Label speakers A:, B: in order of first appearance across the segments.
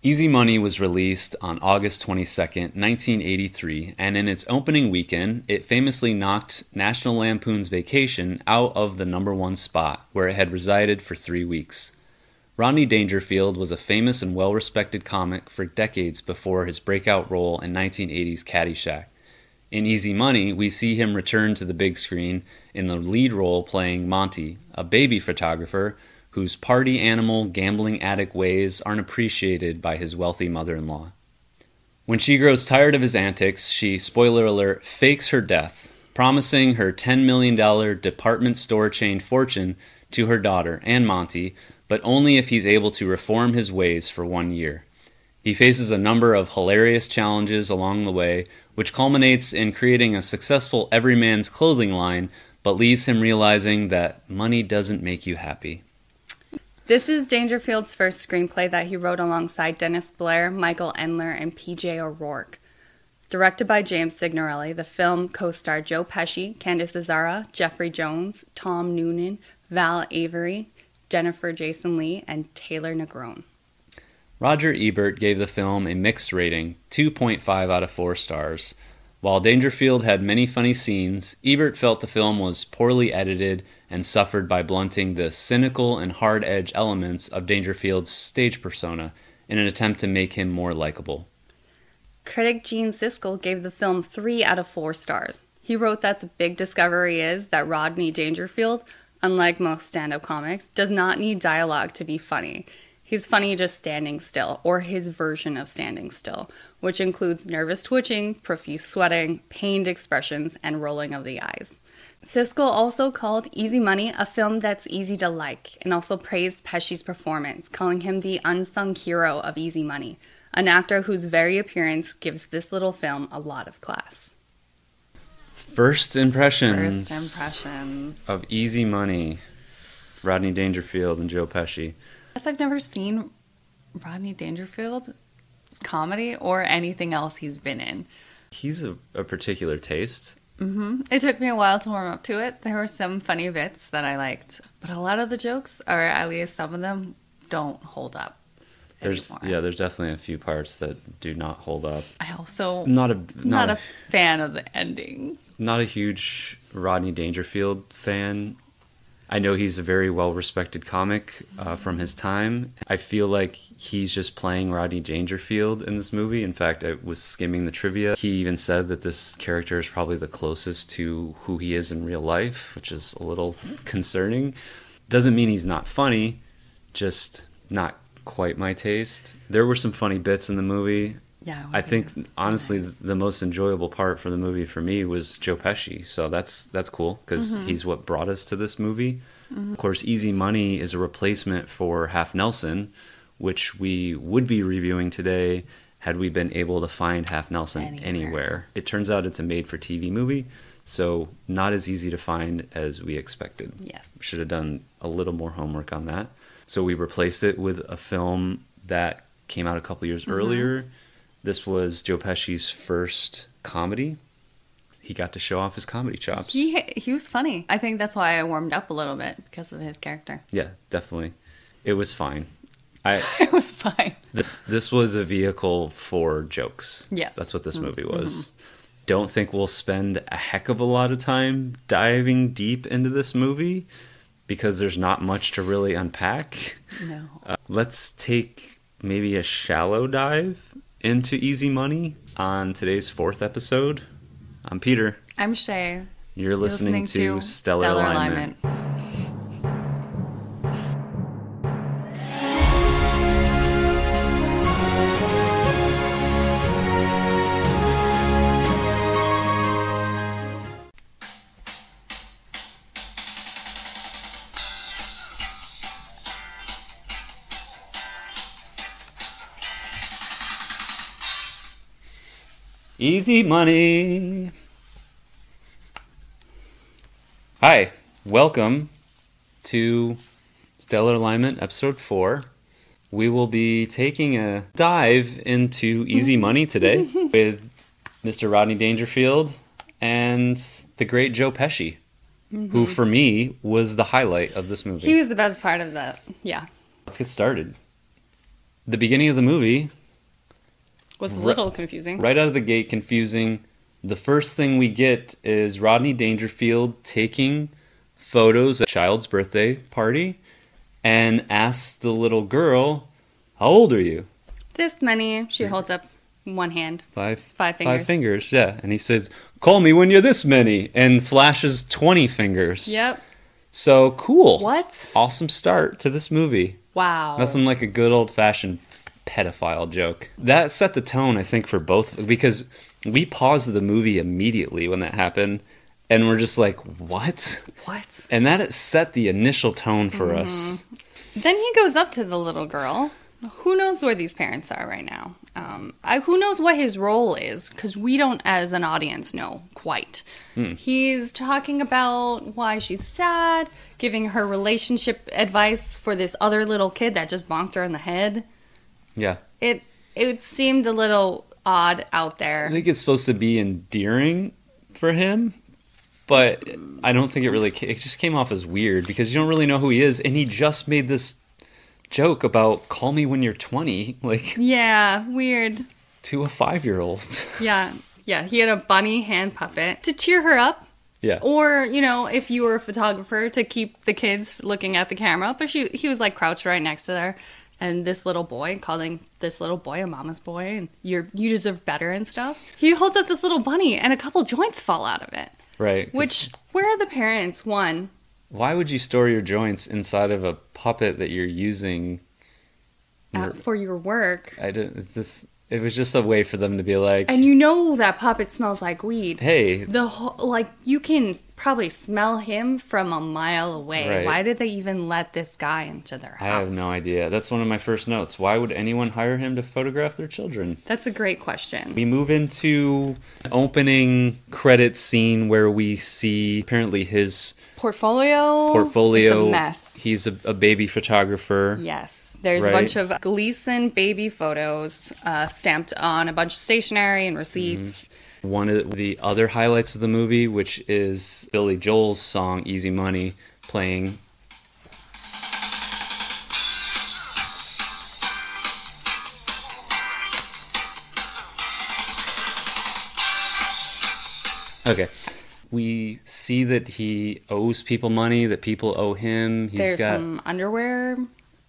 A: Easy Money was released on August 22, 1983, and in its opening weekend, it famously knocked National Lampoon's Vacation out of the number one spot, where it had resided for three weeks. Rodney Dangerfield was a famous and well respected comic for decades before his breakout role in 1980's Caddyshack. In Easy Money, we see him return to the big screen in the lead role playing Monty, a baby photographer whose party animal, gambling addict ways aren't appreciated by his wealthy mother in law. When she grows tired of his antics, she, spoiler alert, fakes her death, promising her $10 million department store chain fortune to her daughter and Monty, but only if he's able to reform his ways for one year. He faces a number of hilarious challenges along the way, which culminates in creating a successful everyman's clothing line, but leaves him realizing that money doesn't make you happy.
B: This is Dangerfield's first screenplay that he wrote alongside Dennis Blair, Michael Endler, and PJ O'Rourke. Directed by James Signorelli, the film co starred Joe Pesci, Candice Azara, Jeffrey Jones, Tom Noonan, Val Avery, Jennifer Jason Lee, and Taylor Negron.
A: Roger Ebert gave the film a mixed rating, 2.5 out of 4 stars. While Dangerfield had many funny scenes, Ebert felt the film was poorly edited and suffered by blunting the cynical and hard edge elements of Dangerfield's stage persona in an attempt to make him more likable.
B: Critic Gene Siskel gave the film three out of four stars. He wrote that the big discovery is that Rodney Dangerfield, unlike most stand up comics, does not need dialogue to be funny. He's funny just standing still, or his version of standing still, which includes nervous twitching, profuse sweating, pained expressions, and rolling of the eyes. Siskel also called Easy Money a film that's easy to like, and also praised Pesci's performance, calling him the unsung hero of Easy Money, an actor whose very appearance gives this little film a lot of class.
A: First impressions
B: First impressions.
A: of Easy Money, Rodney Dangerfield and Joe Pesci.
B: guess I've never seen Rodney Dangerfield's comedy or anything else he's been in.
A: He's a, a particular taste.
B: hmm It took me a while to warm up to it. There were some funny bits that I liked, but a lot of the jokes, or at least some of them, don't hold up.
A: There's
B: anymore.
A: yeah, there's definitely a few parts that do not hold up.
B: I also
A: Not
B: not,
A: a not,
B: not a fan of the ending.
A: a not a huge Rodney Dangerfield fan. I know he's a very well respected comic uh, from his time. I feel like he's just playing Rodney Dangerfield in this movie. In fact, I was skimming the trivia. He even said that this character is probably the closest to who he is in real life, which is a little concerning. Doesn't mean he's not funny, just not quite my taste. There were some funny bits in the movie.
B: Yeah,
A: I think honestly th the most enjoyable part for the movie for me was Joe Pesci. So that's that's cool because he's what brought us to this movie. Of course, Easy Money is a replacement for Half Nelson, which we would be reviewing today had we been able to find Half Nelson
B: Anywhere.
A: anywhere. It turns out it's a made-for-TV movie, so not as easy to find as we expected.
B: Yes.
A: We should have done a little more homework on that. So we replaced it with a film that came out a couple years
B: Mm-hmm.
A: earlier. This was Joe Pesci's first comedy. He got to show off his comedy chops.
B: he he was funny. I think that's why I warmed up a little bit because of his character.
A: Yeah, definitely. It was fine. I
B: It was fine.
A: th- this was a vehicle for jokes.
B: Yes. Mm-hmm.
A: That's what this movie was. Don't think we'll spend a heck of a lot of time diving deep into this movie because there's not much to really unpack.
B: No,
A: Uh, let's take maybe a shallow dive into Easy Money on today's fourth episode. I'm Peter.
B: I'm Shay.
A: You're listening, to, Stellar, Alignment. Easy Money. Hi, welcome to Stellar Alignment Episode 4. We will be taking a dive into Easy Money today with Mr. Rodney Dangerfield and the great Joe Pesci, who for me was the highlight of this movie.
B: He was the best part of the yeah.
A: Let's get started. the beginning of the movie,
B: Was a little confusing.
A: right out of the gate, confusing. The first thing we get is Rodney Dangerfield taking photos at a child's birthday party and asks the little girl, How old are you?
B: This many. She holds up one hand.
A: Five Five
B: Five fingers.
A: fingers, yeah. And he says, Call me when you're this many and flashes twenty fingers.
B: Yep.
A: So cool.
B: What?
A: Awesome start to this movie.
B: Wow.
A: Nothing like a good old fashioned pedophile joke. That set the tone, I think, for both because we paused the movie immediately when that happened and we're just like, what?
B: What?
A: And that set the initial tone for us.
B: Then he goes up to the little girl. Who knows where these parents are right now? Um, I, who knows what his role is? Because we don't, as an audience, know quite. He's talking about why she's sad, giving her relationship advice for this other little kid that just bonked her in the head.
A: Yeah.
B: It it seemed a little odd out
A: I
B: there.
A: think it's supposed to be endearing for him, but I don't think it really, ca- it just came off as weird because you don't really know who he is. And he just made this joke about call me when you're 20, like
B: Yeah, weird.
A: to a five year old.
B: Yeah, yeah. He had a bunny hand puppet to cheer her up.
A: yeah.
B: Or, you know, if you were a photographer to keep the kids looking at the camera, but she he was like crouched right next to her and this little boy calling this little boy a mama's boy and you're you deserve better and stuff. He holds up this little bunny and a couple joints fall out of it.
A: Right. 'cause-
B: Which where are the parents? One.
A: Why would you store your joints inside of a puppet that you're using?
B: At, for your work.
A: I didn't. This it was just a way for them to be like,
B: And you know that puppet smells like weed.
A: "Hey,
B: The whole, like you can probably smell him from a mile away.
A: Right.
B: Why did they even let this guy into their
A: I
B: house?
A: have no idea." That's one of my first notes. Why would anyone hire him to photograph their children?
B: That's a great question.
A: We move into an opening credit scene where we see apparently his
B: portfolio.
A: portfolio.
B: Oh, It's a mess.
A: He's a, a baby photographer.
B: yes, there's
A: Right.
B: a bunch of Gleason baby photos uh, stamped on a bunch of stationery and
A: Mm-hmm.
B: receipts.
A: One of the other highlights of the movie, which is Billy Joel's song "Easy Money" playing Okay. We see that he owes people money, that people owe him. He's
B: There's
A: got
B: some underwear.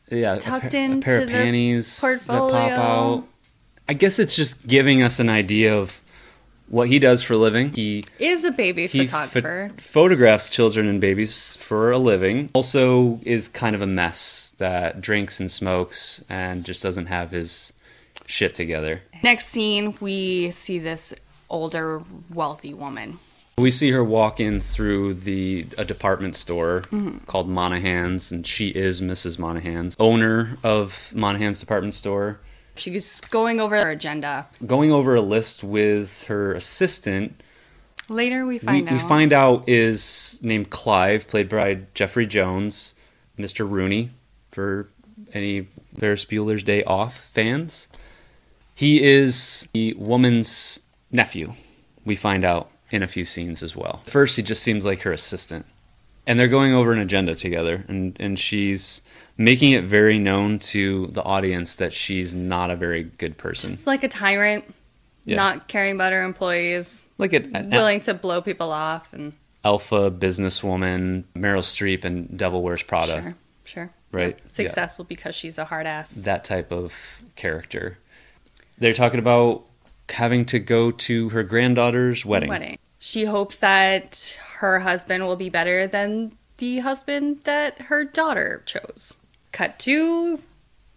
A: yeah, a
B: tucked
A: pair- a
B: into
A: pair of
B: the
A: panties that
B: portfolio.
A: pop out. I guess it's just giving us an idea of what he does for a living. He
B: Is a baby
A: he pho-
B: photographer.
A: photographs children and babies for a living. Also is kind of a mess that drinks and smokes and just doesn't have his shit together.
B: Next scene, we see this older wealthy woman.
A: We see her walk in through the a department store
B: Mm-hmm.
A: called Monahan's, and she is Mrs. Monahan's, owner of Monahan's department store.
B: She's going over her agenda.
A: Going over a list with her assistant,
B: Later, we
A: we,
B: find out.
A: we find out is named Clive, played by Jeffrey Jones, Mr. Rooney, for any Ferris Bueller's Day Off fans. He is the woman's nephew, we find out in a few scenes as well. First, he just seems like her assistant. And they're going over an agenda together, and, and she's making it very known to the audience that she's not a very good person.
B: It's like a tyrant,
A: Yeah.
B: not caring about her employees,
A: Like an, an
B: willing to blow people off, and
A: alpha businesswoman, Meryl Streep, and Devil Wears Prada.
B: sure, sure.
A: right?
B: Successful because she's a hard ass.
A: Yeah, that type of character. They're talking about having to go to her granddaughter's wedding.
B: wedding. She hopes that her husband will be better than the husband that her daughter chose. Cut to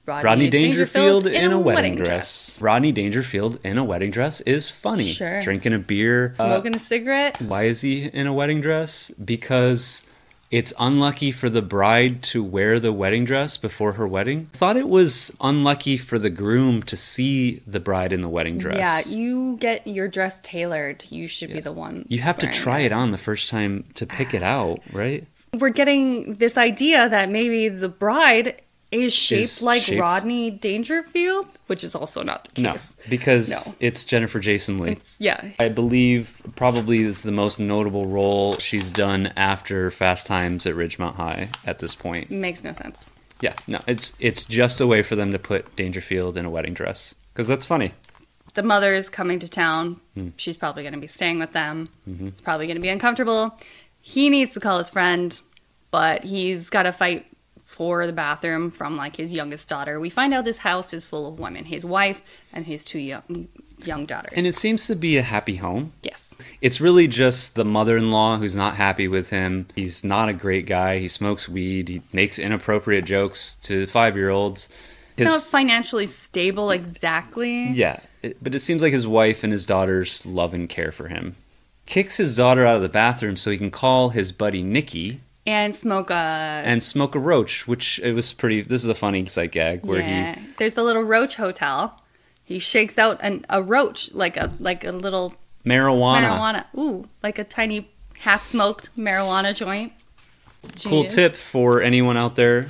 B: Rodney,
A: Rodney Dangerfield, in, a wedding, dress. Rodney Dangerfield in a wedding dress is funny.
B: Sure.
A: Drinking a beer. Uh,
B: Smoking a cigarette.
A: why is he in a wedding dress? Because it's unlucky for the bride to wear the wedding dress before her wedding. Thought it was unlucky for the groom to see the bride in the wedding dress.
B: Yeah, you get your dress tailored. You should be the one.
A: You have to
B: wearing
A: try it on the first time to pick it out, right?
B: We're getting this idea that maybe the bride is shaped
A: Is
B: like
A: shaped-
B: Rodney Dangerfield, which is also not the
A: No,
B: case.
A: because
B: No.
A: it's Jennifer Jason Lee.
B: It's yeah.
A: I believe probably is the most notable
B: Mm.
A: role she's done after Fast Times at Ridgemont High at this point.
B: Makes no sense.
A: Yeah, no, it's it's just a way for them to put Dangerfield in a wedding dress because that's funny.
B: The mother is coming to town.
A: Hmm.
B: She's probably going to be staying with them.
A: Mm-hmm.
B: It's probably going to be uncomfortable. He needs to call his friend, but he's got to fight for the bathroom from like his youngest daughter. We find out this house is full of women: his wife and his two young young daughters.
A: And it seems to be a happy home.
B: yes,
A: It's really just the mother-in-law who's not happy with him. He's not a great guy. He smokes weed. He makes inappropriate jokes to five-year-olds.
B: it's not financially stable exactly.
A: Yeah, it- but it seems like his wife and his daughters love and care for him. Kicks his daughter out of the bathroom so he can call his buddy Nikki
B: And smoke a
A: and smoke a roach, which it was pretty. This is a funny sight gag where
B: yeah. There's the little roach hotel. He shakes out an, a roach like a like a little
A: he marijuana.
B: marijuana. Ooh, like a tiny half smoked marijuana joint.
A: Cool
B: Genius.
A: tip for anyone out there: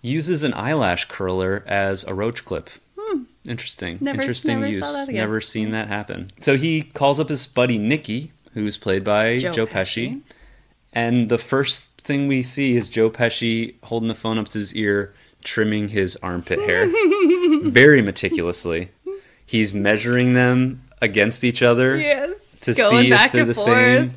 A: uses an eyelash curler as a roach clip. Interesting.
B: Hmm. Never-
A: Interesting
B: never saw
A: use.
B: that again. Hmm.
A: never seen that happen. So he calls up his buddy Nikki, who's played by
B: Joe
A: Joe,
B: Pesci.
A: Pesci. And the first thing we see is Joe Pesci holding the phone up to his ear, trimming his armpit hair very meticulously. He's measuring them against each other
B: Yes.
A: to
B: Going
A: see
B: back
A: if they're
B: and
A: the
B: forth,
A: same.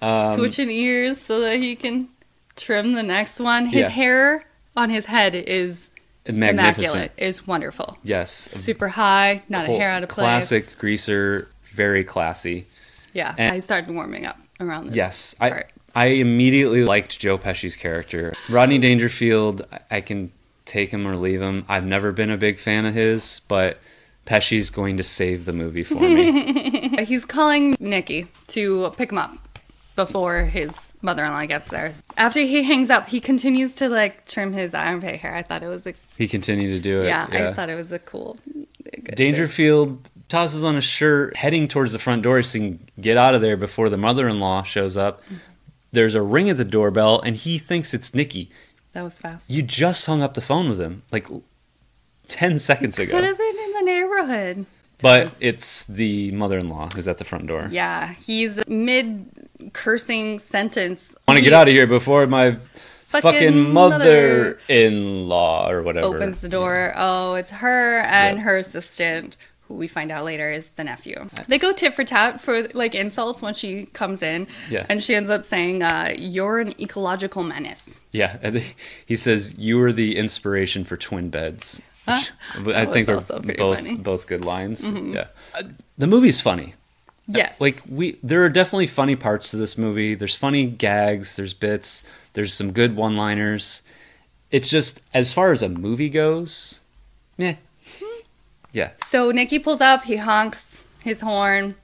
A: Um,
B: switching ears so that he can trim the next one. His
A: Yeah.
B: hair on his head is
A: magnificent.
B: immaculate. Is wonderful.
A: Yes.
B: Super high, not
A: Col-
B: a hair out of place.
A: Classic greaser, very classy.
B: Yeah,
A: And-
B: I started warming up around this.
A: Yes, I
B: part.
A: I immediately liked Joe Pesci's character. Rodney Dangerfield, I- I can take him or leave him. I've never been a big fan of his, but Pesci's going to save the movie for me.
B: He's calling Nikki to pick him up before his mother-in-law gets there. After he hangs up, he continues to like trim his armpit hair. I thought it was a
A: he continued to do it.
B: yeah, I thought it was a cool. a good
A: Dangerfield tosses on a shirt, heading towards the front door so he can get out of there before the mother-in-law shows up.
B: Mm-hmm.
A: There's a ring at the doorbell, and he thinks it's Nikki.
B: thing. That was fast.
A: You just hung up the phone with him like ten seconds ago.
B: Could have been in the neighborhood.
A: But it's the mother-in-law who's at the front door.
B: Yeah, he's mid cursing sentence.
A: I want to
B: He
A: get out of here before my
B: Fucking
A: fucking,
B: mother-
A: mother-in-law or whatever.
B: Opens the door. Oh, it's her and her assistant, who we find out later is the nephew. They go tit for tat for like insults when she comes in.
A: Yeah.
B: And she ends up saying, uh, "You're an ecological menace."
A: Yeah, and he says you were the inspiration for twin beds.
B: Huh?
A: But I
B: That was
A: think they're
B: also pretty
A: both
B: funny. Mm-hmm.
A: both good lines. Yeah, Uh, the movie's funny.
B: Yes.
A: Like we, there are definitely funny parts to this movie. There's funny gags. There's bits. There's some good one-liners. It's just as far as a movie goes, meh.
B: Hmm.
A: Yeah,
B: so, Nikki pulls up. He honks his horn.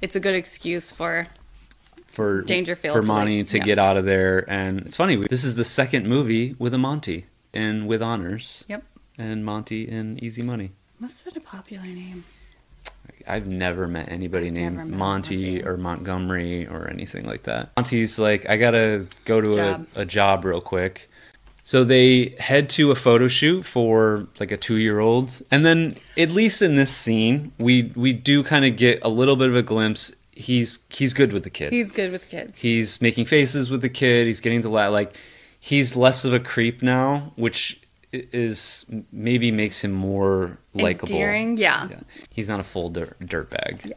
B: It's a good excuse for
A: for
B: Dangerfield
A: for
B: to, like,
A: Monty to
B: yeah.
A: get out of there. And it's funny. we- This is the second movie with a Monty and with honors.
B: Yep.
A: And Monty and Easy Money.
B: must have been a popular name.
A: I've never met anybody named
B: never met
A: Monty,
B: Monty.
A: or Montgomery or anything like that. Monty's like, I gotta go to
B: Job.
A: A, a job real quick. So they head to a photo shoot for like a two year old. And then at least in this scene, we we do kind of get a little bit of a glimpse. He's he's good with the kid.
B: He's good with kids.
A: he's making faces with the kid he's getting to la like he's less of a creep now which i- is maybe makes him more likable
B: Endearing, yeah.
A: Yeah. he's not a full dirt, dirt bag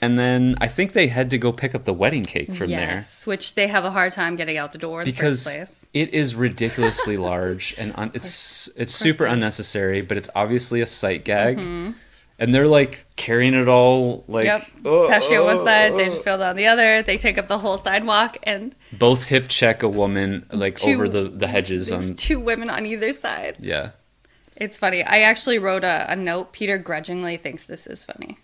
A: and then i think they had to go pick up the wedding cake from there
B: yes, which they have a hard time getting out the door in
A: because
B: the first place.
A: it is ridiculously large and un- it's it's super
B: it is. Mm-hmm.
A: unnecessary but it's obviously a sight gag and they're like carrying it all like
B: Yep.
A: oh,
B: Pesci on one
A: oh,
B: side,
A: oh.
B: Dangerfield on the other. They take up the whole sidewalk, and
A: both hip check a woman like
B: Two-
A: over the the hedges
B: there's
A: on
B: two women on either side.
A: yeah
B: It's funny. I actually wrote a, a note. Peter grudgingly thinks this is funny.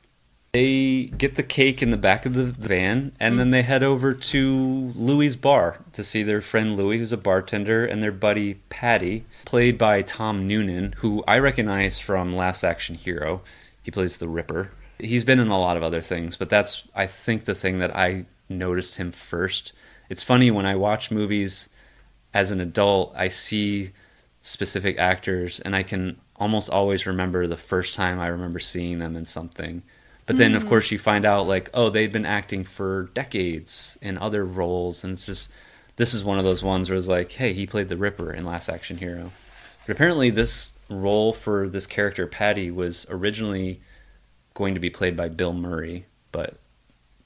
A: they get the cake in the back of the van and then they head over to Louie's bar to see their friend Louie who's a bartender and their buddy Patty played by Tom Noonan who I recognize from Last Action Hero he plays the Ripper he's been in a lot of other things but that's I think the thing that I noticed him first it's funny when I watch movies as an adult I see specific actors and I can almost always remember the first time I remember seeing them in something. But then of course you find out like, oh, they've been acting for decades in other roles and it's just this is one of those ones where it's like, hey, he played the Ripper in Last Action Hero. But apparently, this role for this character, Patty, was originally going to be played by Bill Murray, but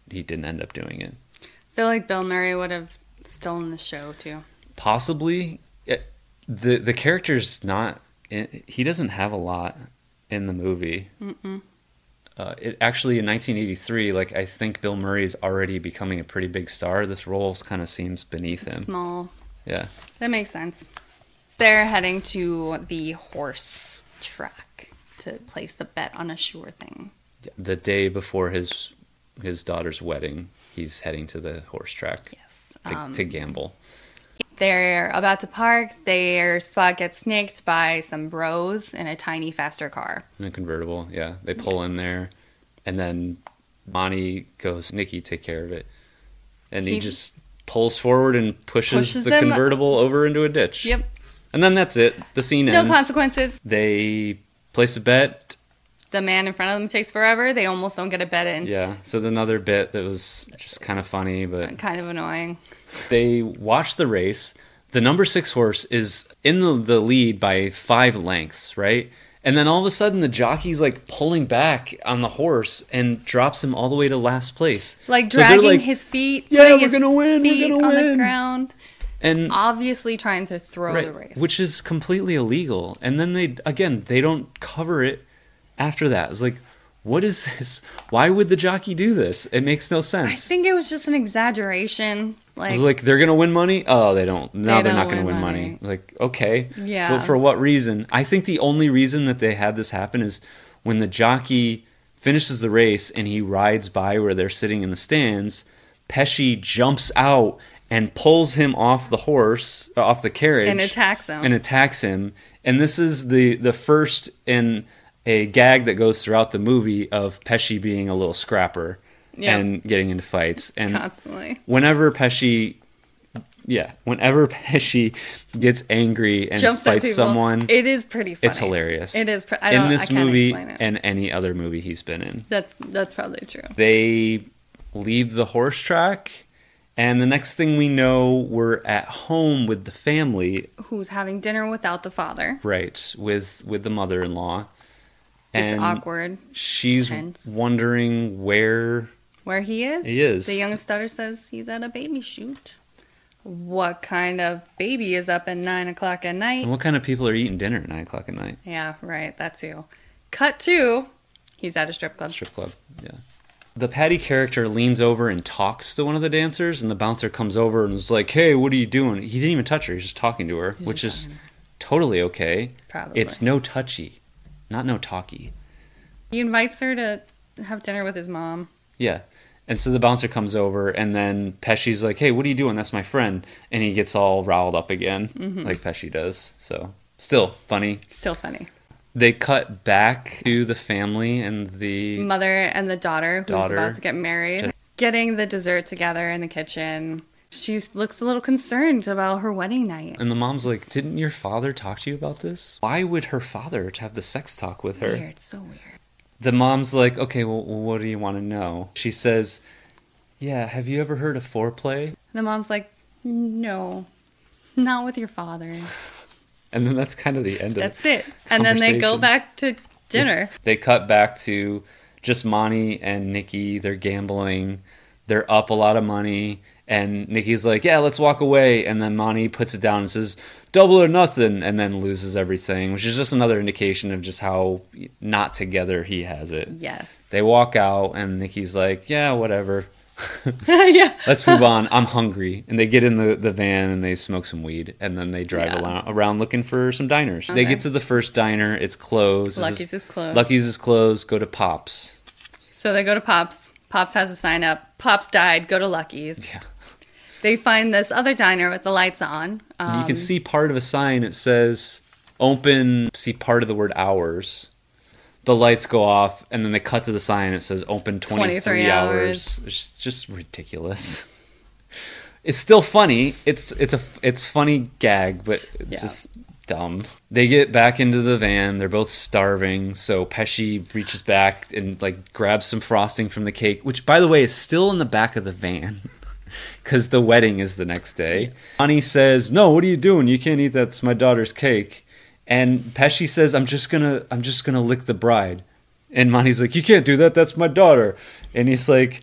A: he didn't end up doing it.
B: I feel like Bill Murray would have stolen the show too.
A: Possibly, it, the the character's not. in- He doesn't have a lot in the movie.
B: Mm-mm.
A: Uh, it actually in 1983, like I think Bill Murray is already becoming a pretty big star. This role kind of seems beneath him.
B: Small.
A: Yeah.
B: That makes sense. They're heading to the horse track to place a bet on a sure thing.
A: the day before his his daughter's wedding, he's heading to the horse track
B: Yes.
A: to, to gamble.
B: They're about to park. Their spot gets snaked by some bros in a tiny, faster car.
A: In a convertible, yeah. They pull in there, and then Monty goes, "Nikki, take care of it," and he,
B: He-
A: just pulls forward and pushes,
B: Pushes
A: the
B: them-
A: convertible over into a ditch.
B: Yep.
A: And then that's it. The scene
B: No
A: ends.
B: consequences.
A: They place a bet.
B: The man in front of them takes forever. They almost don't get a bet in.
A: Yeah. So another bit that was just kind of funny, but
B: Kind of annoying.
A: they watch the race. The number six horse is in the, the lead by five lengths, right? And then all of a sudden, the jockey's like pulling back on the horse and drops him all the way to last place.
B: Like
A: So they're
B: dragging
A: like,
B: his feet.
A: "Yeah,
B: putting
A: we're
B: his
A: gonna win, we're
B: Feet
A: gonna
B: on the
A: win."
B: ground.
A: and
B: Obviously trying to throw the
A: right,
B: race.
A: which is completely illegal. And then they again they don't cover it after that. It's like, what is this? Why would the jockey do this? It makes no
B: I
A: sense.
B: think it was just an exaggeration.
A: I
B: Like,
A: was like, they're gonna win money. Oh, they don't. No,
B: They
A: they are not
B: don't
A: gonna
B: win
A: win money.
B: money.
A: Like, okay,
B: Yeah.
A: But for what reason? I think the only reason that they had this happen is when the jockey finishes the race and he rides by where they're sitting in the stands. Pesci jumps out and pulls him off the horse, uh, off the carriage,
B: and attacks him.
A: and attacks him. And this is the the first in a gag that goes throughout the movie of Pesci being a little scrapper
B: Yeah.
A: and getting into fights. And
B: constantly.
A: whenever Pesci, yeah, whenever Pesci gets angry and
B: Jumps at
A: fights
B: people.
A: someone,
B: It is pretty funny.
A: it's hilarious.
B: It is. Pre- I don't,
A: in this
B: I can't
A: movie
B: explain it.
A: and any other movie he's been in.
B: That's that's probably true.
A: They leave the horse track, and the next thing we know, we're at home with the family,
B: Who's having dinner without the father?
A: right? With with the mother in law.
B: it's awkward
A: She's
B: Tense.
A: wondering where
B: where he is.
A: He is.
B: The youngest daughter says he's at a baby shoot. What kind of baby is up at nine o'clock at night?
A: and what kind of people are eating dinner at nine o'clock at night.
B: Yeah, right. That's you. Cut two. He's at a strip club.
A: strip club. Yeah. The Patty character leans over and talks to one of the dancers, and the bouncer comes over and is like, "Hey, what are you doing?" He didn't even touch her; he's just talking to her,
B: He's
A: which
B: just
A: is totally okay.
B: Probably.
A: It's no touchy, not no talky.
B: He invites her to have dinner with his mom.
A: Yeah. And so the bouncer comes over, and then Pesci's like, "Hey, what are you doing? That's my friend." And he gets all riled up again, like Pesci does. So still funny.
B: Still funny.
A: They cut back to the family and the
B: Mother and the daughter who's
A: Daughter.
B: about to get married, getting the dessert together in the kitchen. She looks a little concerned about her wedding night.
A: And the mom's like, Didn't your father talk to you about this? Why would her father have the sex talk with her?
B: Weird, so weird.
A: The mom's like, Okay, well, what do you want to know? She says, Yeah, have you ever heard of foreplay?
B: The mom's like, no, not with your father.
A: And then that's kind of the end of
B: That's
A: it.
B: it. And then they go
A: Conversation.
B: back to dinner.
A: They cut back to just Monty and Nikki. They're gambling, they're up a lot of money. And Nikki's like, Yeah, let's walk away. And then Monty puts it down and says, Double or nothing. And then loses everything, which is just another indication of just how not together he has it.
B: Yes.
A: They walk out, and Nikki's like, "Yeah, whatever.
B: yeah.
A: Let's move on. I'm hungry." And they get in the, the van and they smoke some weed, and then they drive
B: Yeah.
A: alou- around looking for some diners. They
B: Okay.
A: get to the first diner. It's closed. This
B: Lucky's is closed.
A: Lucky's is closed. Go to Pops.
B: So they go to Pops. Pops has a sign up. Pops died. Go to Lucky's.
A: Yeah.
B: They find this other diner with the lights on.
A: And
B: Um,
A: you can see part of a sign. It says "Open." See part of the word "hours." The lights go off, and then they cut to the sign. It says "Open 23,
B: 23
A: hours." It's just ridiculous. It's still funny. It's it's a it's funny gag, but it's
B: Yeah.
A: just dumb. They get back into the van. They're both starving, so Pesci reaches back and like grabs some frosting from the cake, which by the way is still in the back of the van. Because the wedding is the next day. Ani says, No, what are you doing? You can't eat that. It's my daughter's cake. And Pesci says, "I'm just gonna, I'm just gonna lick the bride," and Monty's like, "You can't do that. That's my daughter." And he's like,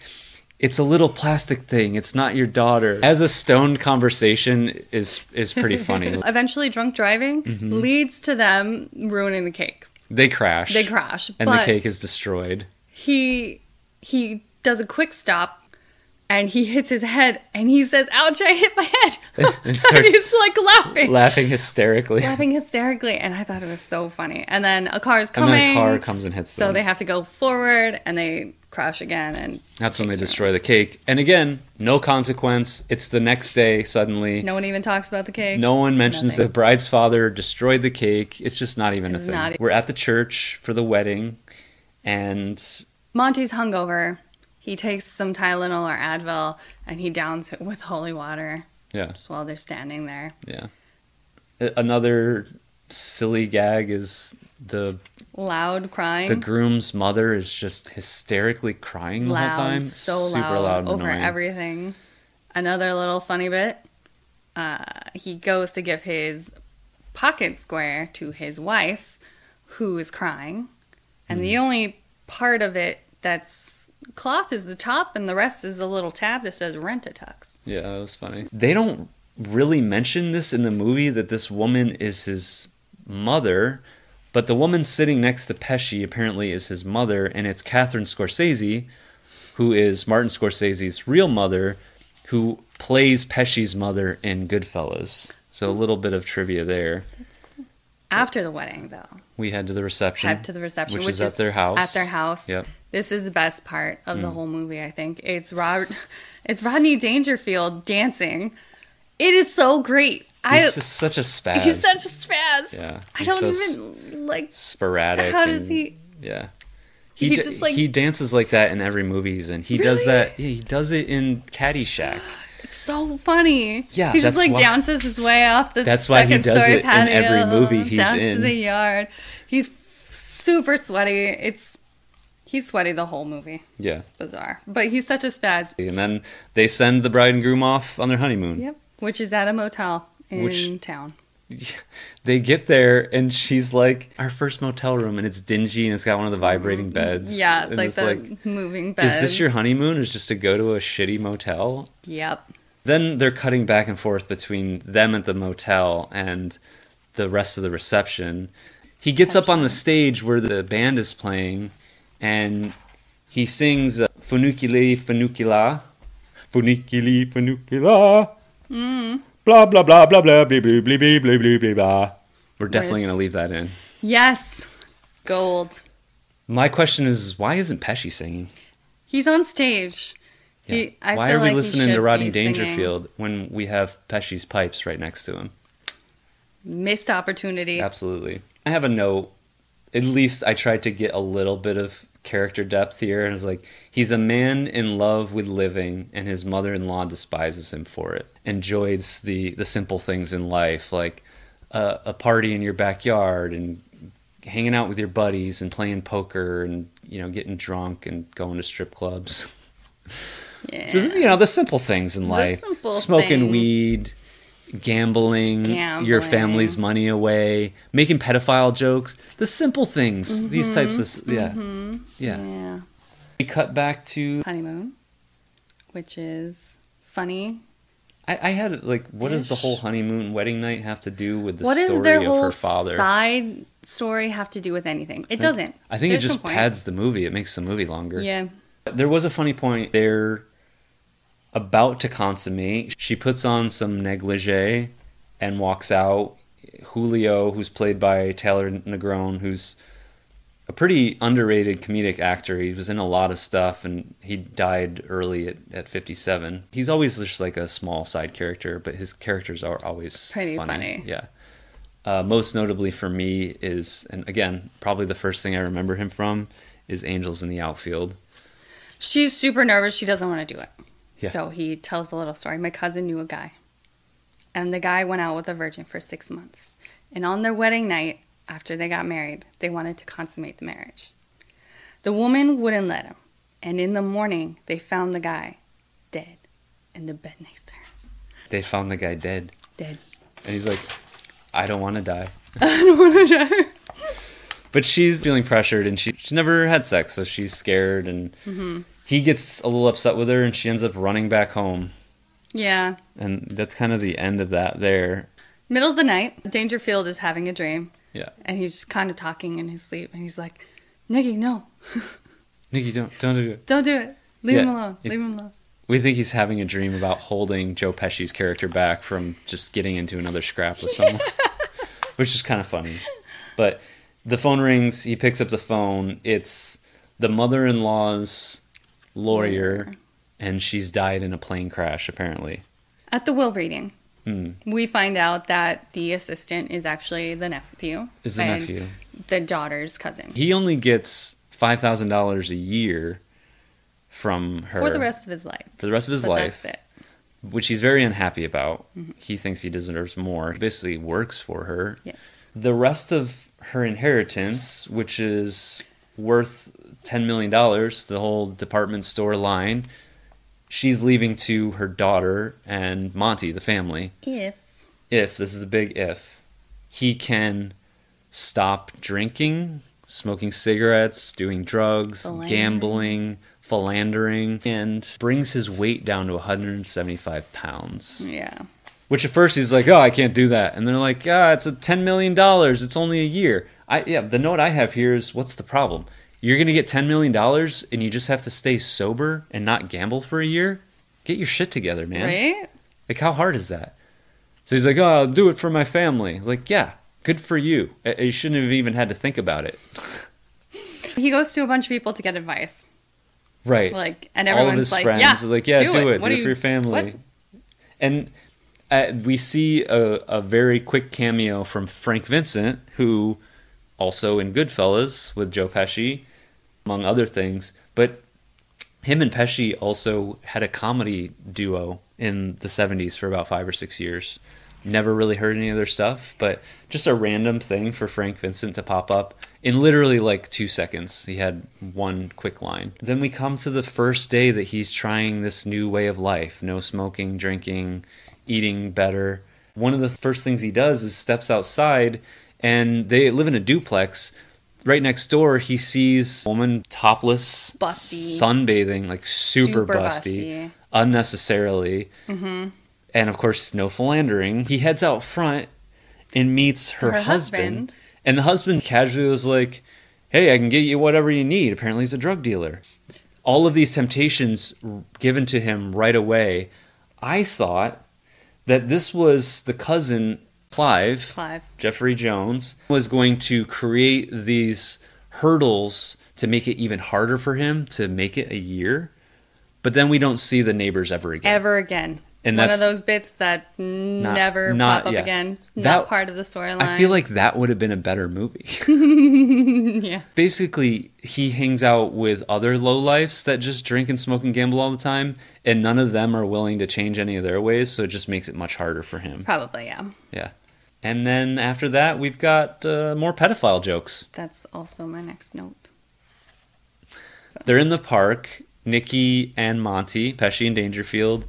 A: "It's a little plastic thing. It's not your daughter." As a stoned conversation is is pretty funny.
B: Eventually, drunk driving
A: Mm-hmm.
B: leads to them ruining the cake.
A: they crash.
B: They crash,
A: and
B: but
A: the cake is destroyed.
B: he he does a quick stop. And he hits his head, and he says, "Ouch! I hit my head."
A: And
B: and
A: starts
B: he's like laughing,
A: laughing hysterically.
B: laughing hysterically, and I thought it was so funny. And then a car is
A: And
B: coming,
A: then a car comes and hits
B: so
A: them.
B: they have to go forward, and they crash again. And
A: That's when they
B: Cake's
A: destroy the cake. And again, no consequence. It's the next day suddenly.
B: no one even talks about the cake.
A: No one mentions
B: Nothing.
A: that the bride's father destroyed the cake. It's just not even
B: It's
A: a thing.
B: not- e-
A: We're at the church for the wedding, and
B: Monty's hungover. He takes some Tylenol or Advil and he downs it with holy water
A: yeah,
B: just while they're standing there.
A: yeah. A- Another silly gag is the
B: Loud crying.
A: the groom's mother is just hysterically crying the
B: loud.
A: whole time,
B: So
A: super
B: loud,
A: loud, and
B: over
A: annoying.
B: everything. Another little funny bit. Uh, he goes to give his pocket square to his wife who is crying. And
A: Hmm.
B: the only part of it that's cloth is the top and the rest is a little tab that says rent a tux.
A: Yeah, that was funny. They don't really mention this in the movie that this woman is his mother, but the woman sitting next to Pesci apparently is his mother, and it's Catherine Scorsese, who is Martin Scorsese's real mother, who plays Pesci's mother in Goodfellas. So a little bit of trivia there.
B: After the wedding, though,
A: We head to the reception.
B: head to the reception,
A: which, is, at their house.
B: At their house.
A: Yep. Mm.
B: This is the best part of the whole movie, I think. It's Rod, it's Rodney Dangerfield dancing. It is so great.
A: He's
B: I
A: just such a spaz.
B: he's such a spaz.
A: Yeah,
B: I
A: he's
B: don't
A: so s-
B: even like.
A: sporadic.
B: How
A: and-
B: does he?
A: Yeah.
B: He,
A: He, d-
B: just like
A: he dances like that in every movie he's in. He does
B: Really?
A: that. Yeah, he does it in Caddyshack.
B: so funny.
A: Yeah,
B: he just
A: that's
B: like
A: why-
B: dances his way off the
A: That's why he
B: second
A: does
B: story
A: it in
B: patio
A: every movie he's
B: down to
A: in.
B: the yard. He's super sweaty. It's he's sweaty the whole movie.
A: Yeah.
B: Bizarre, but he's such a spaz.
A: And then they send the bride and groom off on their honeymoon.
B: Yep. Which is at a motel in
A: Which-
B: town.
A: They get there and she's like, "Our first motel room, and it's dingy and it's got one of the vibrating beds."
B: Mm-hmm. Yeah,
A: and
B: like
A: it's
B: the moving bed.
A: is this your honeymoon? Or is just to go to a shitty motel?
B: Yep.
A: Then they're cutting back and forth between them at the motel and the rest of the reception. He gets up on the stage where the band is playing and he sings uh, Funuculi Funucula. Funiculi Funucula.
B: Mm-hmm.
A: Blah, blah, blah, blah, blah, blah, blah, blah, blah, blah, blah, blah, blah. We're definitely going to leave that in.
B: Yes. Gold.
A: My question is why isn't Pesci singing?
B: He's on stage. He, I
A: why
B: feel
A: are we
B: like he
A: listening to
B: should
A: Rodney
B: be singing.
A: Dangerfield when we have Pesci's pipes right next to him?
B: Missed opportunity.
A: Absolutely. I have a note. At least I tried to get a little bit of character depth here. And it's like, he's a man in love with living, and his mother in law despises him for it. Enjoys the, the simple things in life, like a, a party in your backyard and hanging out with your buddies and playing poker and, you know, getting drunk and going to strip clubs.
B: Yeah.
A: So, you know, the simple things in life.
B: Eh. simple
A: Smoking
B: things.
A: weed, gambling, your
B: Gambling.
A: family's money away, making pedophile jokes, the simple things, these types of yeah. yeah.
B: Mm-hmm. yeah.
A: We cut back to
B: Honeymoon, which is funny.
A: I, I had like what does the
B: Ish.
A: whole honeymoon wedding night have to do with the
B: What
A: story
B: does their
A: of
B: whole
A: her father?
B: side story have to do with anything? It doesn't.
A: I think
B: There's
A: it
B: no
A: just
B: point.
A: pads the movie. It makes the movie longer.
B: Yeah.
A: There was a funny point. They're about to consummate. She puts on some negligee and walks out. Julio, who's played by Taylor Negron, who's a pretty underrated comedic actor. He was in a lot of stuff and he died early at, at 57. He's always just like a small side character, but his characters are always
B: Pretty funny.
A: Yeah. Uh, most notably for me is, and again, probably the first thing I remember him from is Angels in the Outfield.
B: She's super nervous. She doesn't want to do it.
A: Yeah.
B: So he tells a little story. My cousin knew a guy, and the guy went out with a virgin for six months. And on their wedding night, after they got married, they wanted to consummate the marriage. The woman wouldn't let him. And in the morning, they found the guy dead in the bed next to her.
A: They found the guy dead.
B: Dead.
A: And he's like, I I don't want to die.
B: I don't want to die.
A: But she's feeling pressured and she, she's never had sex, so she's scared. And he gets a little upset with her and she ends up running back home.
B: Yeah.
A: And that's kind of the end of that there.
B: Middle of the night, Dangerfield is having a dream
A: Yeah.
B: and he's just kind of talking in his sleep and he's like, Nikki, no,
A: Nikki, don't, don't do it.
B: don't do it. Leave him
A: Yeah,
B: alone.
A: it-
B: Leave him alone.
A: We think he's having a dream about holding Joe Pesci's character back from just getting into another scrap with someone, which is kind of funny. But the phone rings. He picks up the phone. It's the mother-in-law's lawyer, and she's died in a plane crash. Apparently,
B: At the will reading,
A: Hmm.
B: we find out that the assistant is actually the nephew.
A: is the
B: and
A: nephew.
B: The daughter's cousin.
A: He only gets five thousand dollars a year from her
B: For the rest of his life.
A: for the rest of his
B: But
A: life.
B: that's it. Mm-hmm.
A: which he's very unhappy about. He thinks he deserves more. He basically works for her.
B: Yes.
A: The rest of her inheritance, which is worth $10 million, the whole department store line, she's leaving to her daughter and Monty, the family.
B: If
A: If, this is a big if, he can stop drinking, smoking cigarettes, doing drugs,
B: Philandering.
A: gambling, philandering, and brings his weight down to 175 pounds.
B: yeah.
A: Which at first he's like, "Oh, I can't do that," and they're like, "Ah, it's a ten million dollars. It's only a year." I yeah. The note I have here is, "What's the problem? You're gonna get ten million dollars, and you just have to stay sober and not gamble for a year. Get your shit together, man.
B: Right?
A: Like, how hard is that?" So he's like, "Oh, I'll do it for my family." I was like, yeah, good for you. I- You shouldn't have even had to think about it.
B: He goes to a bunch of people to get advice.
A: Right.
B: Like and
A: all
B: everyone's
A: of his
B: like,
A: friends
B: yeah,
A: are like, yeah, do, it,
B: What
A: do
B: are
A: it
B: you-
A: for your family.
B: what?
A: And uh, we see a, a very quick cameo from Frank Vincent, who also in Goodfellas with Joe Pesci, among other things. But him and Pesci also had a comedy duo in the 70s for about five or six years. Never really heard any of their stuff, but just a random thing for Frank Vincent to pop up in literally like two seconds. He had one quick line. Then we come to the first day that he's trying this new way of life no smoking, drinking, eating better. One of the first things he does is steps outside, and they live in a duplex. Right next door, he sees a woman topless,
B: Busty.
A: sunbathing, like super,
B: Super
A: busty,
B: busty.
A: unnecessarily. And of course, no philandering. He heads out front and meets her,
B: Her
A: husband.
B: husband.
A: And the husband casually was like, Hey, I can get you whatever you need. Apparently, he's a drug dealer. All of these temptations r- given to him right away. I thought that this was the cousin, Clive,
B: Clive.
A: Jeffrey Jones was going to create these hurdles to make it even harder for him to make it a year. But then we don't see the neighbors ever again.
B: Ever again.
A: And
B: One
A: that's-
B: of those bits that never
A: not-
B: pop up
A: yeah.
B: again. Not
A: That-
B: part of the storyline.
A: I feel like that would have been a better movie.
B: yeah.
A: Basically, he hangs out with other lowlifes that just drink and smoke and gamble all the time, and none of them are willing to change any of their ways, so it just makes it much harder for him.
B: Probably, yeah.
A: Yeah. And then after that, we've got uh, more pedophile jokes.
B: That's also my next note.
A: They're in the park, Nikki and Monty, Pesci and Dangerfield,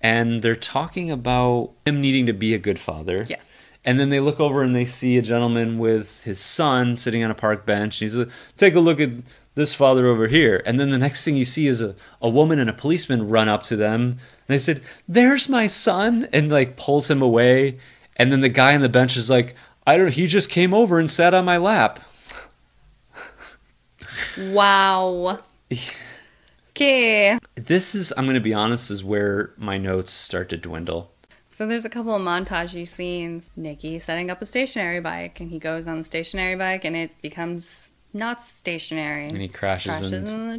A: and they're talking about him needing to be a good father.
B: Yes.
A: And then they look over and they see a gentleman with his son sitting on a park bench. And he's like, take a look at this father over here. And then the next thing you see is a, a woman and a policeman run up to them. And they said, There's my son. And like pulls him away. And then the guy on the bench is like, I don't He just came over and sat on my lap.
B: Wow. Okay.
A: This is, I'm going to be honest, is where my notes start to dwindle.
B: So there's a couple of montagey scenes. Nikki setting up a stationary bike, and he goes on the stationary bike, and it becomes not stationary.
A: And he crashes,
B: crashes
A: into
B: in the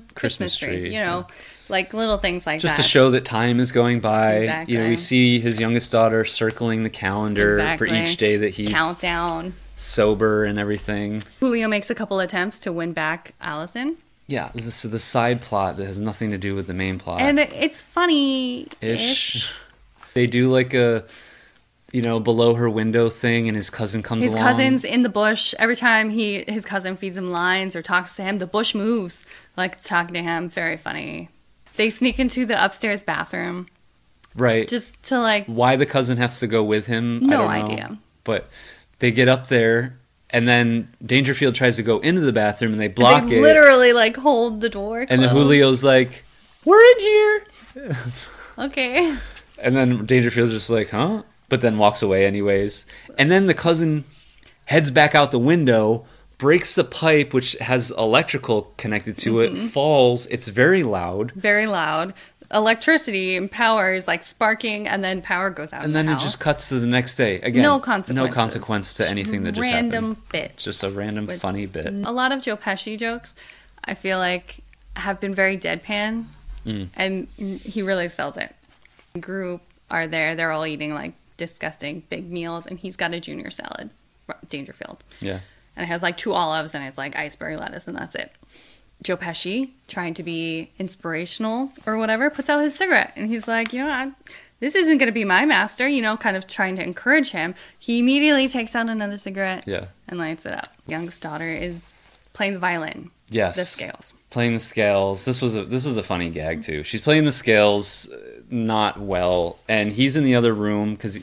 A: Christmas
B: Christmas, tree,
A: tree,
B: You know, like little things like
A: just
B: that.
A: to show that time is going by. You know,
B: Exactly.
A: we see his youngest daughter circling the calendar for
B: Exactly.
A: each day that he's
B: countdown.
A: sober and everything.
B: Julio makes a couple attempts to win back Allison,
A: Yeah, this is the side plot that has nothing to do with the main plot.
B: and it's funny ish.
A: ish. They do like a, you know, below her window thing, and his cousin comes
B: His
A: along.
B: cousin's in the bush. Every time he his cousin feeds him lines or talks to him, the bush moves. Like it's talking to him. Very funny. They sneak into the upstairs bathroom
A: right?
B: just to like
A: Why the cousin has to go with him?
B: No
A: I don't know.
B: idea.
A: But They get up there, and then Dangerfield tries to go into the bathroom, and they block
B: they
A: it.
B: literally like hold the door.
A: and then
B: closed.
A: Julio's like, "We're in here,"
B: Okay.
A: and then Dangerfield's just like, "Huh?" But then walks away anyways. And then the cousin heads back out the window, breaks the pipe which has electrical connected to
B: Mm-hmm.
A: it, falls. It's very loud,
B: Very loud. Electricity and power is like sparking, and then power goes out. in
A: and
B: the
A: then it
B: house.
A: just cuts to the next day. Again,
B: No
A: No
B: consequences.
A: consequence to anything that just happened.
B: random bit.
A: Just a random
B: With-
A: funny bit.
B: A lot of Joe Pesci jokes, I feel like, have been very deadpan, and he really sells it. Group are there; they're all eating like disgusting big meals, and he's got a junior salad, R- Dangerfield,
A: Yeah.
B: and it has like two olives, and it's like iceberry lettuce, and that's it. Joe Pesci, trying to be inspirational or whatever, puts out his cigarette, and he's like, you know, I, this isn't going to be my master, you know, kind of trying to encourage him. He immediately takes out another cigarette
A: Yeah.
B: and lights it up. Young's daughter is playing the violin.
A: Yes.
B: The scales.
A: playing the scales. This was a this was a funny gag too. She's playing the scales uh, not well, and he's in the other room because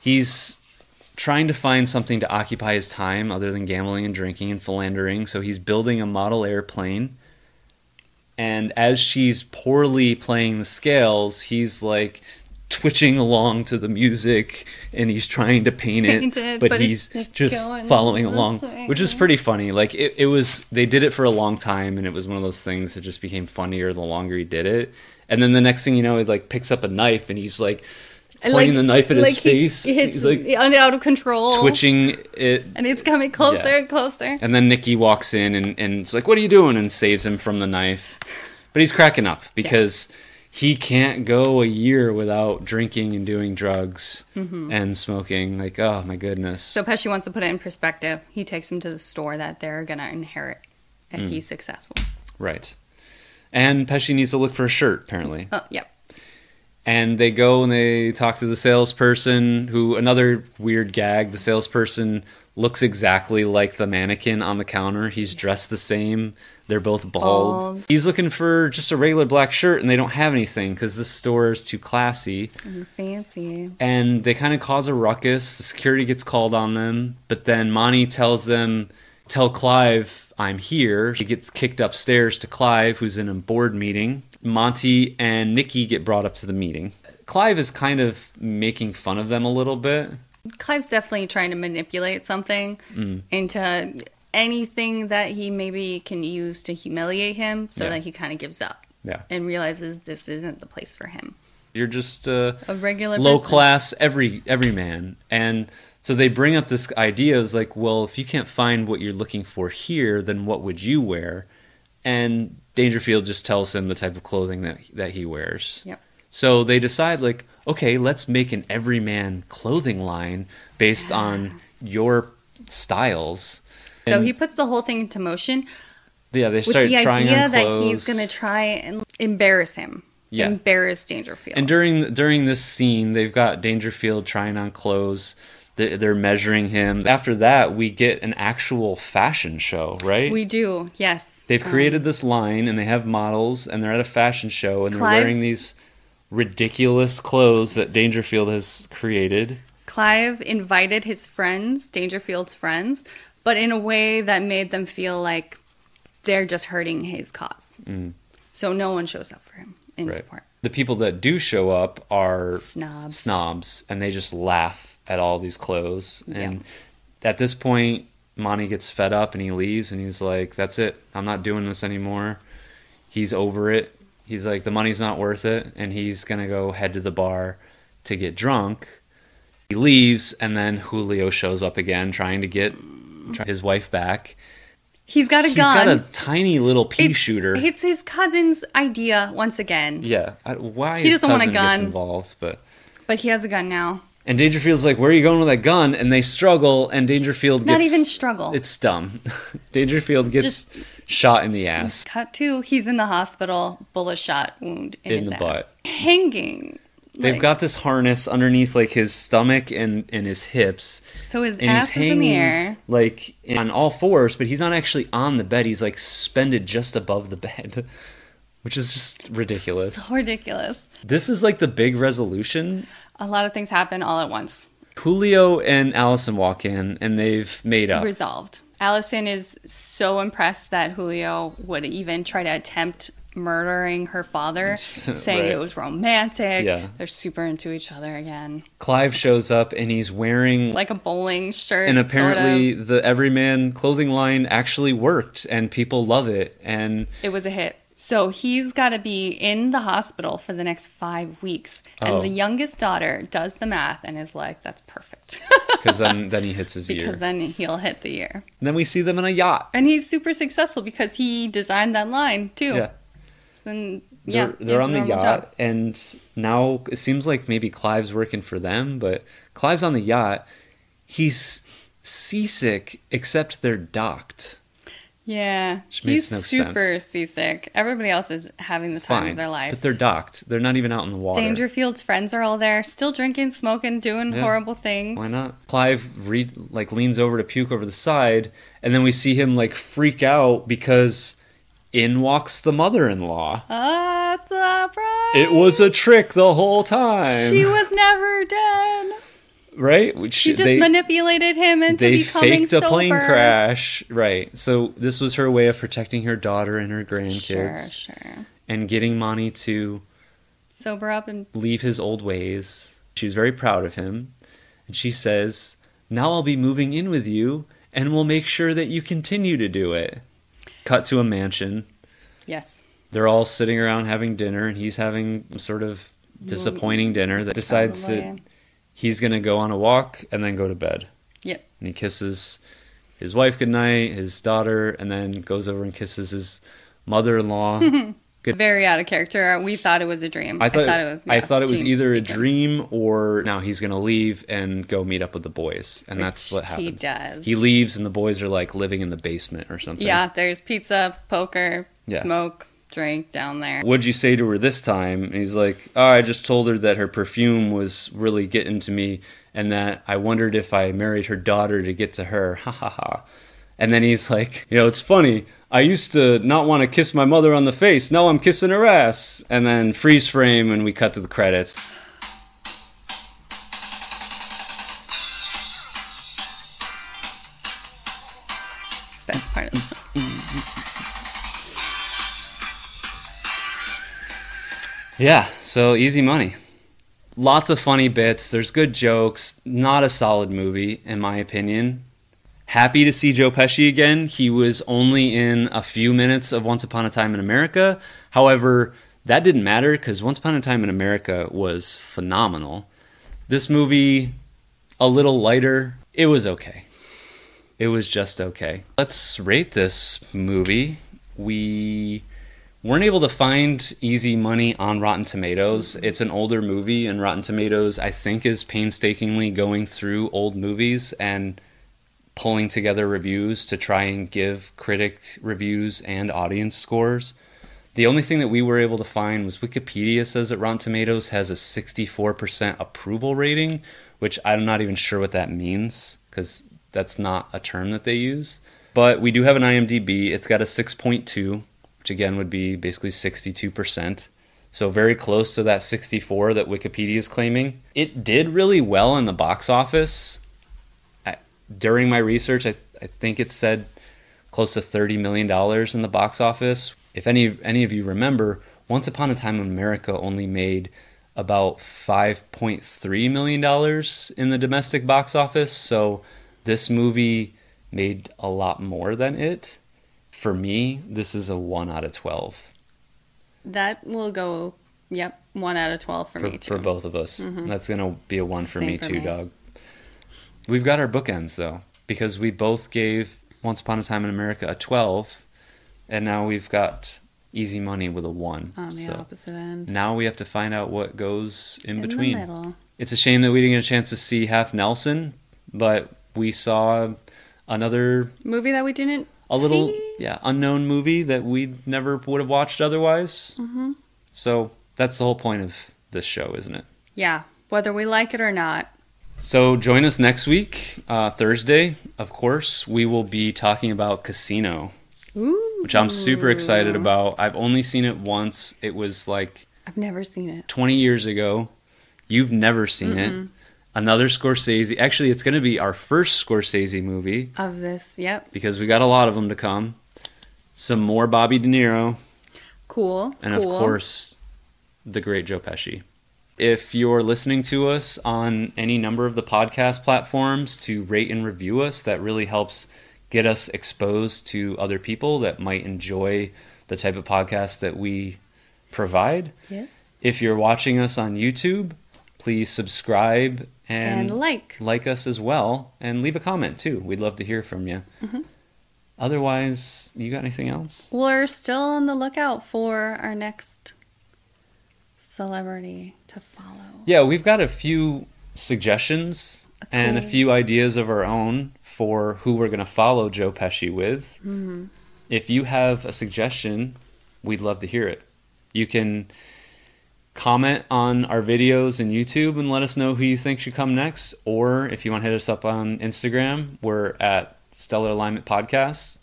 A: he's trying to find something to occupy his time other than gambling and drinking and philandering. So he's building a model airplane. And as she's poorly playing the scales, he's like twitching along to the music and he's trying to paint it,
B: Paint it,
A: but,
B: but
A: he's
B: it's, like,
A: just
B: going
A: following
B: this
A: along,
B: way.
A: which is pretty funny. Like it, it was they did it for a long time and it was one of those things that just became funnier the longer he did it. And then the next thing you know, he like picks up a knife and he's like
B: And,
A: pointing the knife at
B: like,
A: his
B: he
A: face.
B: hits
A: he's like
B: it out of control.
A: twitching it
B: And it's coming closer
A: Yeah.
B: and closer.
A: and then Nikki walks in and, and is like, What are you doing? and saves him from the knife. But he's cracking up because he can't go a year without drinking and doing drugs and smoking. Like, oh my goodness.
B: Mm-hmm. So Pesci wants to put it in perspective. He takes him to the store that they're going to inherit if
A: Mm.
B: he's successful.
A: right. And Pesci needs to look for a shirt, apparently.
B: Oh, yep.
A: and they go and they talk to the salesperson who another weird gag the salesperson looks exactly like the mannequin on the counter he's dressed the same they're both bald,
B: Bald.
A: he's looking for just a regular black shirt and they don't have anything because this store is too classy
B: You're fancy.
A: and they kind of cause a ruckus the security gets called on them but then monty tells them tell clive i'm here she gets kicked upstairs to clive who's in a board meeting monty and nikki get brought up to the meeting clive is kind of making fun of them a little bit
B: Clive's definitely trying to manipulate something
A: Mm.
B: into anything that he maybe can use to humiliate him so
A: Yeah.
B: that he kind of gives up
A: yeah
B: and realizes this isn't the place for him.
A: you're just uh,
B: A regular
A: low
B: person.
A: class every every man and so they bring up this idea is like well if you can't find what you're looking for here then what would you wear and dangerfield just tells him the type of clothing that that he wears
B: Yep.
A: so they decide like okay let's make an everyman clothing line based on your styles
B: So
A: And,
B: he puts the whole thing into motion
A: yeah they
B: with
A: start
B: the
A: trying
B: idea
A: on
B: that he's
A: clothes.
B: going to try and embarrass him.
A: Yeah.
B: Embarrass Dangerfield.
A: And during during this scene, they've got Dangerfield trying on clothes. They- They're measuring him. After that, we get an actual fashion show, right?
B: we do, yes.
A: They've
B: Um,
A: created this line, and they have models, and they're at a fashion show, and
B: Clive-
A: they're wearing these ridiculous clothes that Dangerfield has created.
B: Clive invited his friends, Dangerfield's friends, but in a way that made them feel like they're just hurting his cause. So no one shows up for him in
A: Mm. Right.
B: support.
A: The people that do show up are
B: Snobs.
A: snobs, and they just laugh at all these clothes.
B: Yeah.
A: And at this point, Monty gets fed up and he leaves, and he's like, "That's it. I'm not doing this anymore." He's over it. He's like, "The money's not worth it," and he's gonna go head to the bar to get drunk. He leaves, and then Julio shows up again, trying to get try- his wife back.
B: He's got a
A: He's
B: gun.
A: got a tiny little pea
B: it's,
A: shooter.
B: It's his cousin's idea once again,
A: Yeah, I, why
B: He
A: his
B: doesn't want a
A: cousin gets
B: gun.
A: involved? But
B: but he has a gun now.
A: and Dangerfield's like, "Where are you going with that gun?" And they struggle, and Dangerfield
B: Not
A: gets
B: even struggle.
A: It's dumb. Dangerfield gets
B: Just-
A: shot in the ass.
B: Cut two. He's in the hospital, bullet shot wound in,
A: In
B: his
A: the butt.
B: ass. hanging.
A: They've
B: Like,
A: got this harness underneath like his stomach and and his hips,
B: so his
A: and
B: ass
A: he's
B: is in the
A: hanging
B: air.
A: like on all fours, but he's not actually on the bed. He's like suspended just above the bed, which is just ridiculous.
B: So ridiculous.
A: This is like the big resolution.
B: A lot of things happen all at once.
A: Julio and Allison walk in and they've made up.
B: Resolved. Allison is so impressed that Julio would even try to attempt murdering her father, saying
A: Right.
B: it was romantic.
A: Yeah.
B: They're super into each other again.
A: Clive shows up and he's wearing
B: Like a bowling shirt.
A: and
B: sort
A: apparently
B: of.
A: the everyman clothing line actually worked and people love it and
B: it was a hit. So he's got to be in the hospital for the next five weeks.
A: Oh.
B: And the youngest daughter does the math and is like, that's perfect.
A: because um, then then he hits his ear
B: because then he'll hit the year.
A: And then we see them in a yacht
B: And he's super successful because he designed that line too.
A: yeah
B: And yeah,
A: they're,
B: he
A: they're
B: has
A: on the
B: a normal
A: yacht
B: job.
A: and now it seems like maybe clive's working for them but clive's on the yacht he's seasick except they're docked
B: Yeah,
A: Which makes
B: he's
A: no
B: super
A: sense.
B: seasick. Everybody else is having the time
A: fine
B: of their
A: but
B: life.
A: they're docked they're not even out in the water
B: Dangerfield's friends are all there, still drinking, smoking, doing
A: Yeah.
B: horrible things.
A: Why not? Clive re- like leans over to puke over the side, and then we see him like freak out because in walks the mother-in-law.
B: Ah, surprise!
A: It was a trick the whole time,
B: She was never dead.
A: right? Which
B: She just manipulated him into
A: they
B: becoming
A: faked a
B: sober.
A: plane crash, right? So this was her way of protecting her daughter and her
B: Sure,
A: grandkids,
B: sure.
A: and getting Monty to
B: Sober up and
A: leave his old ways. She's very proud of him. And she says, Now I'll be moving in with you, and we'll make sure that you continue to do it. Cut to a mansion.
B: yes,
A: They're all sitting around having dinner, and he's having some sort of disappointing dinner that decides that
B: probably.
A: he's going to go on a walk and then go to bed.
B: Yep.
A: And he kisses his wife goodnight, his daughter, and then goes over and kisses his mother in law. Good.
B: very out of character. We thought it was a dream.
A: I thought, it,
B: was.
A: I
B: yeah,
A: thought it was
B: dream
A: either a
B: sequence.
A: dream or now he's going to leave and go meet up with the boys, and that's what
B: Which
A: happens.
B: He does.
A: He leaves, and the boys are like living in the basement or something.
B: Yeah, there's pizza, poker,
A: Yeah.
B: smoke, drink down there.
A: What'd you say to her this time? And he's like, "Oh, I just told her that her perfume was really getting to me, and that I wondered if I married her daughter to get to her." Ha ha ha. And then he's like, "You know, it's funny. I used to not want to kiss my mother on the face. Now I'm kissing her ass." And then freeze frame, and we cut to the credits.
B: Best part of the song.
A: Yeah, so easy money. Lots of funny bits. There's good jokes. Not a solid movie, in my opinion. Happy to see Joe Pesci again. He was only in a few minutes of Once Upon a Time in America. However, that didn't matter because Once Upon a Time in America was phenomenal. This movie, a little lighter, it was okay. It was just okay. Let's rate this movie. We weren't able to find easy money on Rotten Tomatoes. It's an older movie, and Rotten Tomatoes, I think, is painstakingly going through old movies and pulling together reviews to try and give critic reviews and audience scores. The only thing that we were able to find was Wikipedia says that Rotten Tomatoes has a 64% approval rating, which I'm not even sure what that means because that's not a term that they use. But we do have an IMDb. It's got a 6.2, which again would be basically 62%. So very close to that 64 that Wikipedia is claiming. It did really well in the box office. I, during my research, I, I think it said close to thirty million dollars in the box office. If any any of you remember, Once Upon a Time in America only made about five point three million dollars in the domestic box office. So this movie made a lot more than it. For me, this is a one out of twelve
B: That will go. Yep, one out of twelve for,
A: for,
B: me too. Mm-hmm.
A: for both of us. That's gonna be a one for
B: Same
A: me
B: for
A: too,
B: me.
A: dog. We've got our bookends though, because we both gave Once Upon a Time in America a twelve, and now we've got Easy Money with a one.
B: On the
A: so
B: opposite end,
A: now we have to find out what goes in,
B: in
A: between.
B: the middle.
A: It's a shame that we didn't get a chance to see Half Nelson, but we saw another
B: Movie that we didn't.
A: a little
B: see?
A: yeah unknown movie that we never would have watched otherwise. So that's the whole point of this show, isn't it?
B: Yeah, whether we like it or not,
A: So join us next week, uh, Thursday, of course. We will be talking about Casino,
B: Ooh,
A: which I'm super excited about. I've only seen it once. It was like
B: I've never seen it.
A: 20 years ago. You've never seen it. Another Scorsese. Actually, it's going to be our first Scorsese movie
B: Of this, yep.
A: because we got a lot of them to come. Some more Bobby De Niro,
B: Cool.
A: and
B: cool.
A: of course, the great Joe Pesci. If you're listening to us on any number of the podcast platforms to rate and review us, that really helps get us exposed to other people that might enjoy the type of podcast that we provide.
B: Yes.
A: If you're watching us on YouTube, please subscribe and,
B: And like.
A: like us as well and leave a comment too. We'd love to hear from you.
B: Mm-hmm.
A: Otherwise, you got anything else?
B: We're still on the lookout for our next celebrity to follow.
A: Yeah, we've got a few suggestions and a
B: Cool.
A: few ideas of our own for who we're going to follow Joe Pesci with. If you have a suggestion, we'd love to hear it. You can comment on our videos and YouTube and let us know who you think should come next. Or if you want to hit us up on Instagram, we're at Stellar Alignment Podcast.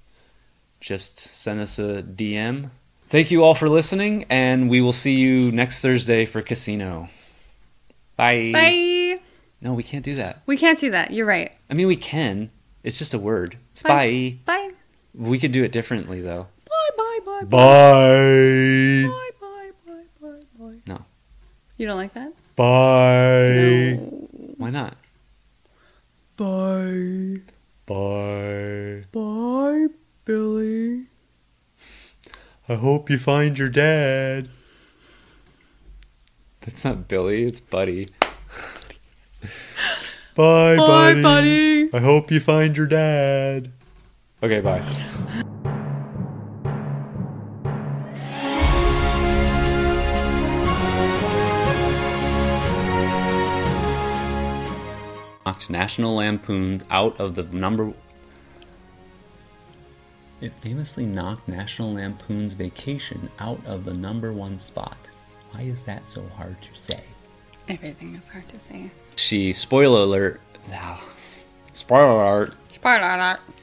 A: Just send us a DM. Thank you all for listening, and we will see you next Thursday for Casino. Bye.
B: Bye.
A: No, we can't do that.
B: We can't do that. You're right.
A: I mean, we can. It's just a word. It's bye.
B: Bye. Bye.
A: We could do it differently, though.
B: Bye. Bye. Bye.
A: Bye.
B: Bye. Bye. Bye. Bye. Bye.
A: No.
B: You don't like that?
A: Bye.
B: No.
A: Why not?
C: Bye.
A: Bye.
C: Bye, Billy.
A: I hope you find your dad. That's not Billy, it's Buddy. bye,
C: Bye, buddy.
A: I hope you find your dad. Okay, bye. Knocked National Lampoon out of the number. It famously knocked National Lampoon's Vacation out of the number one spot. Why is that so hard to say?
B: Everything is hard to say.
A: She, spoiler alert. Spoiler alert.
B: Spoiler alert.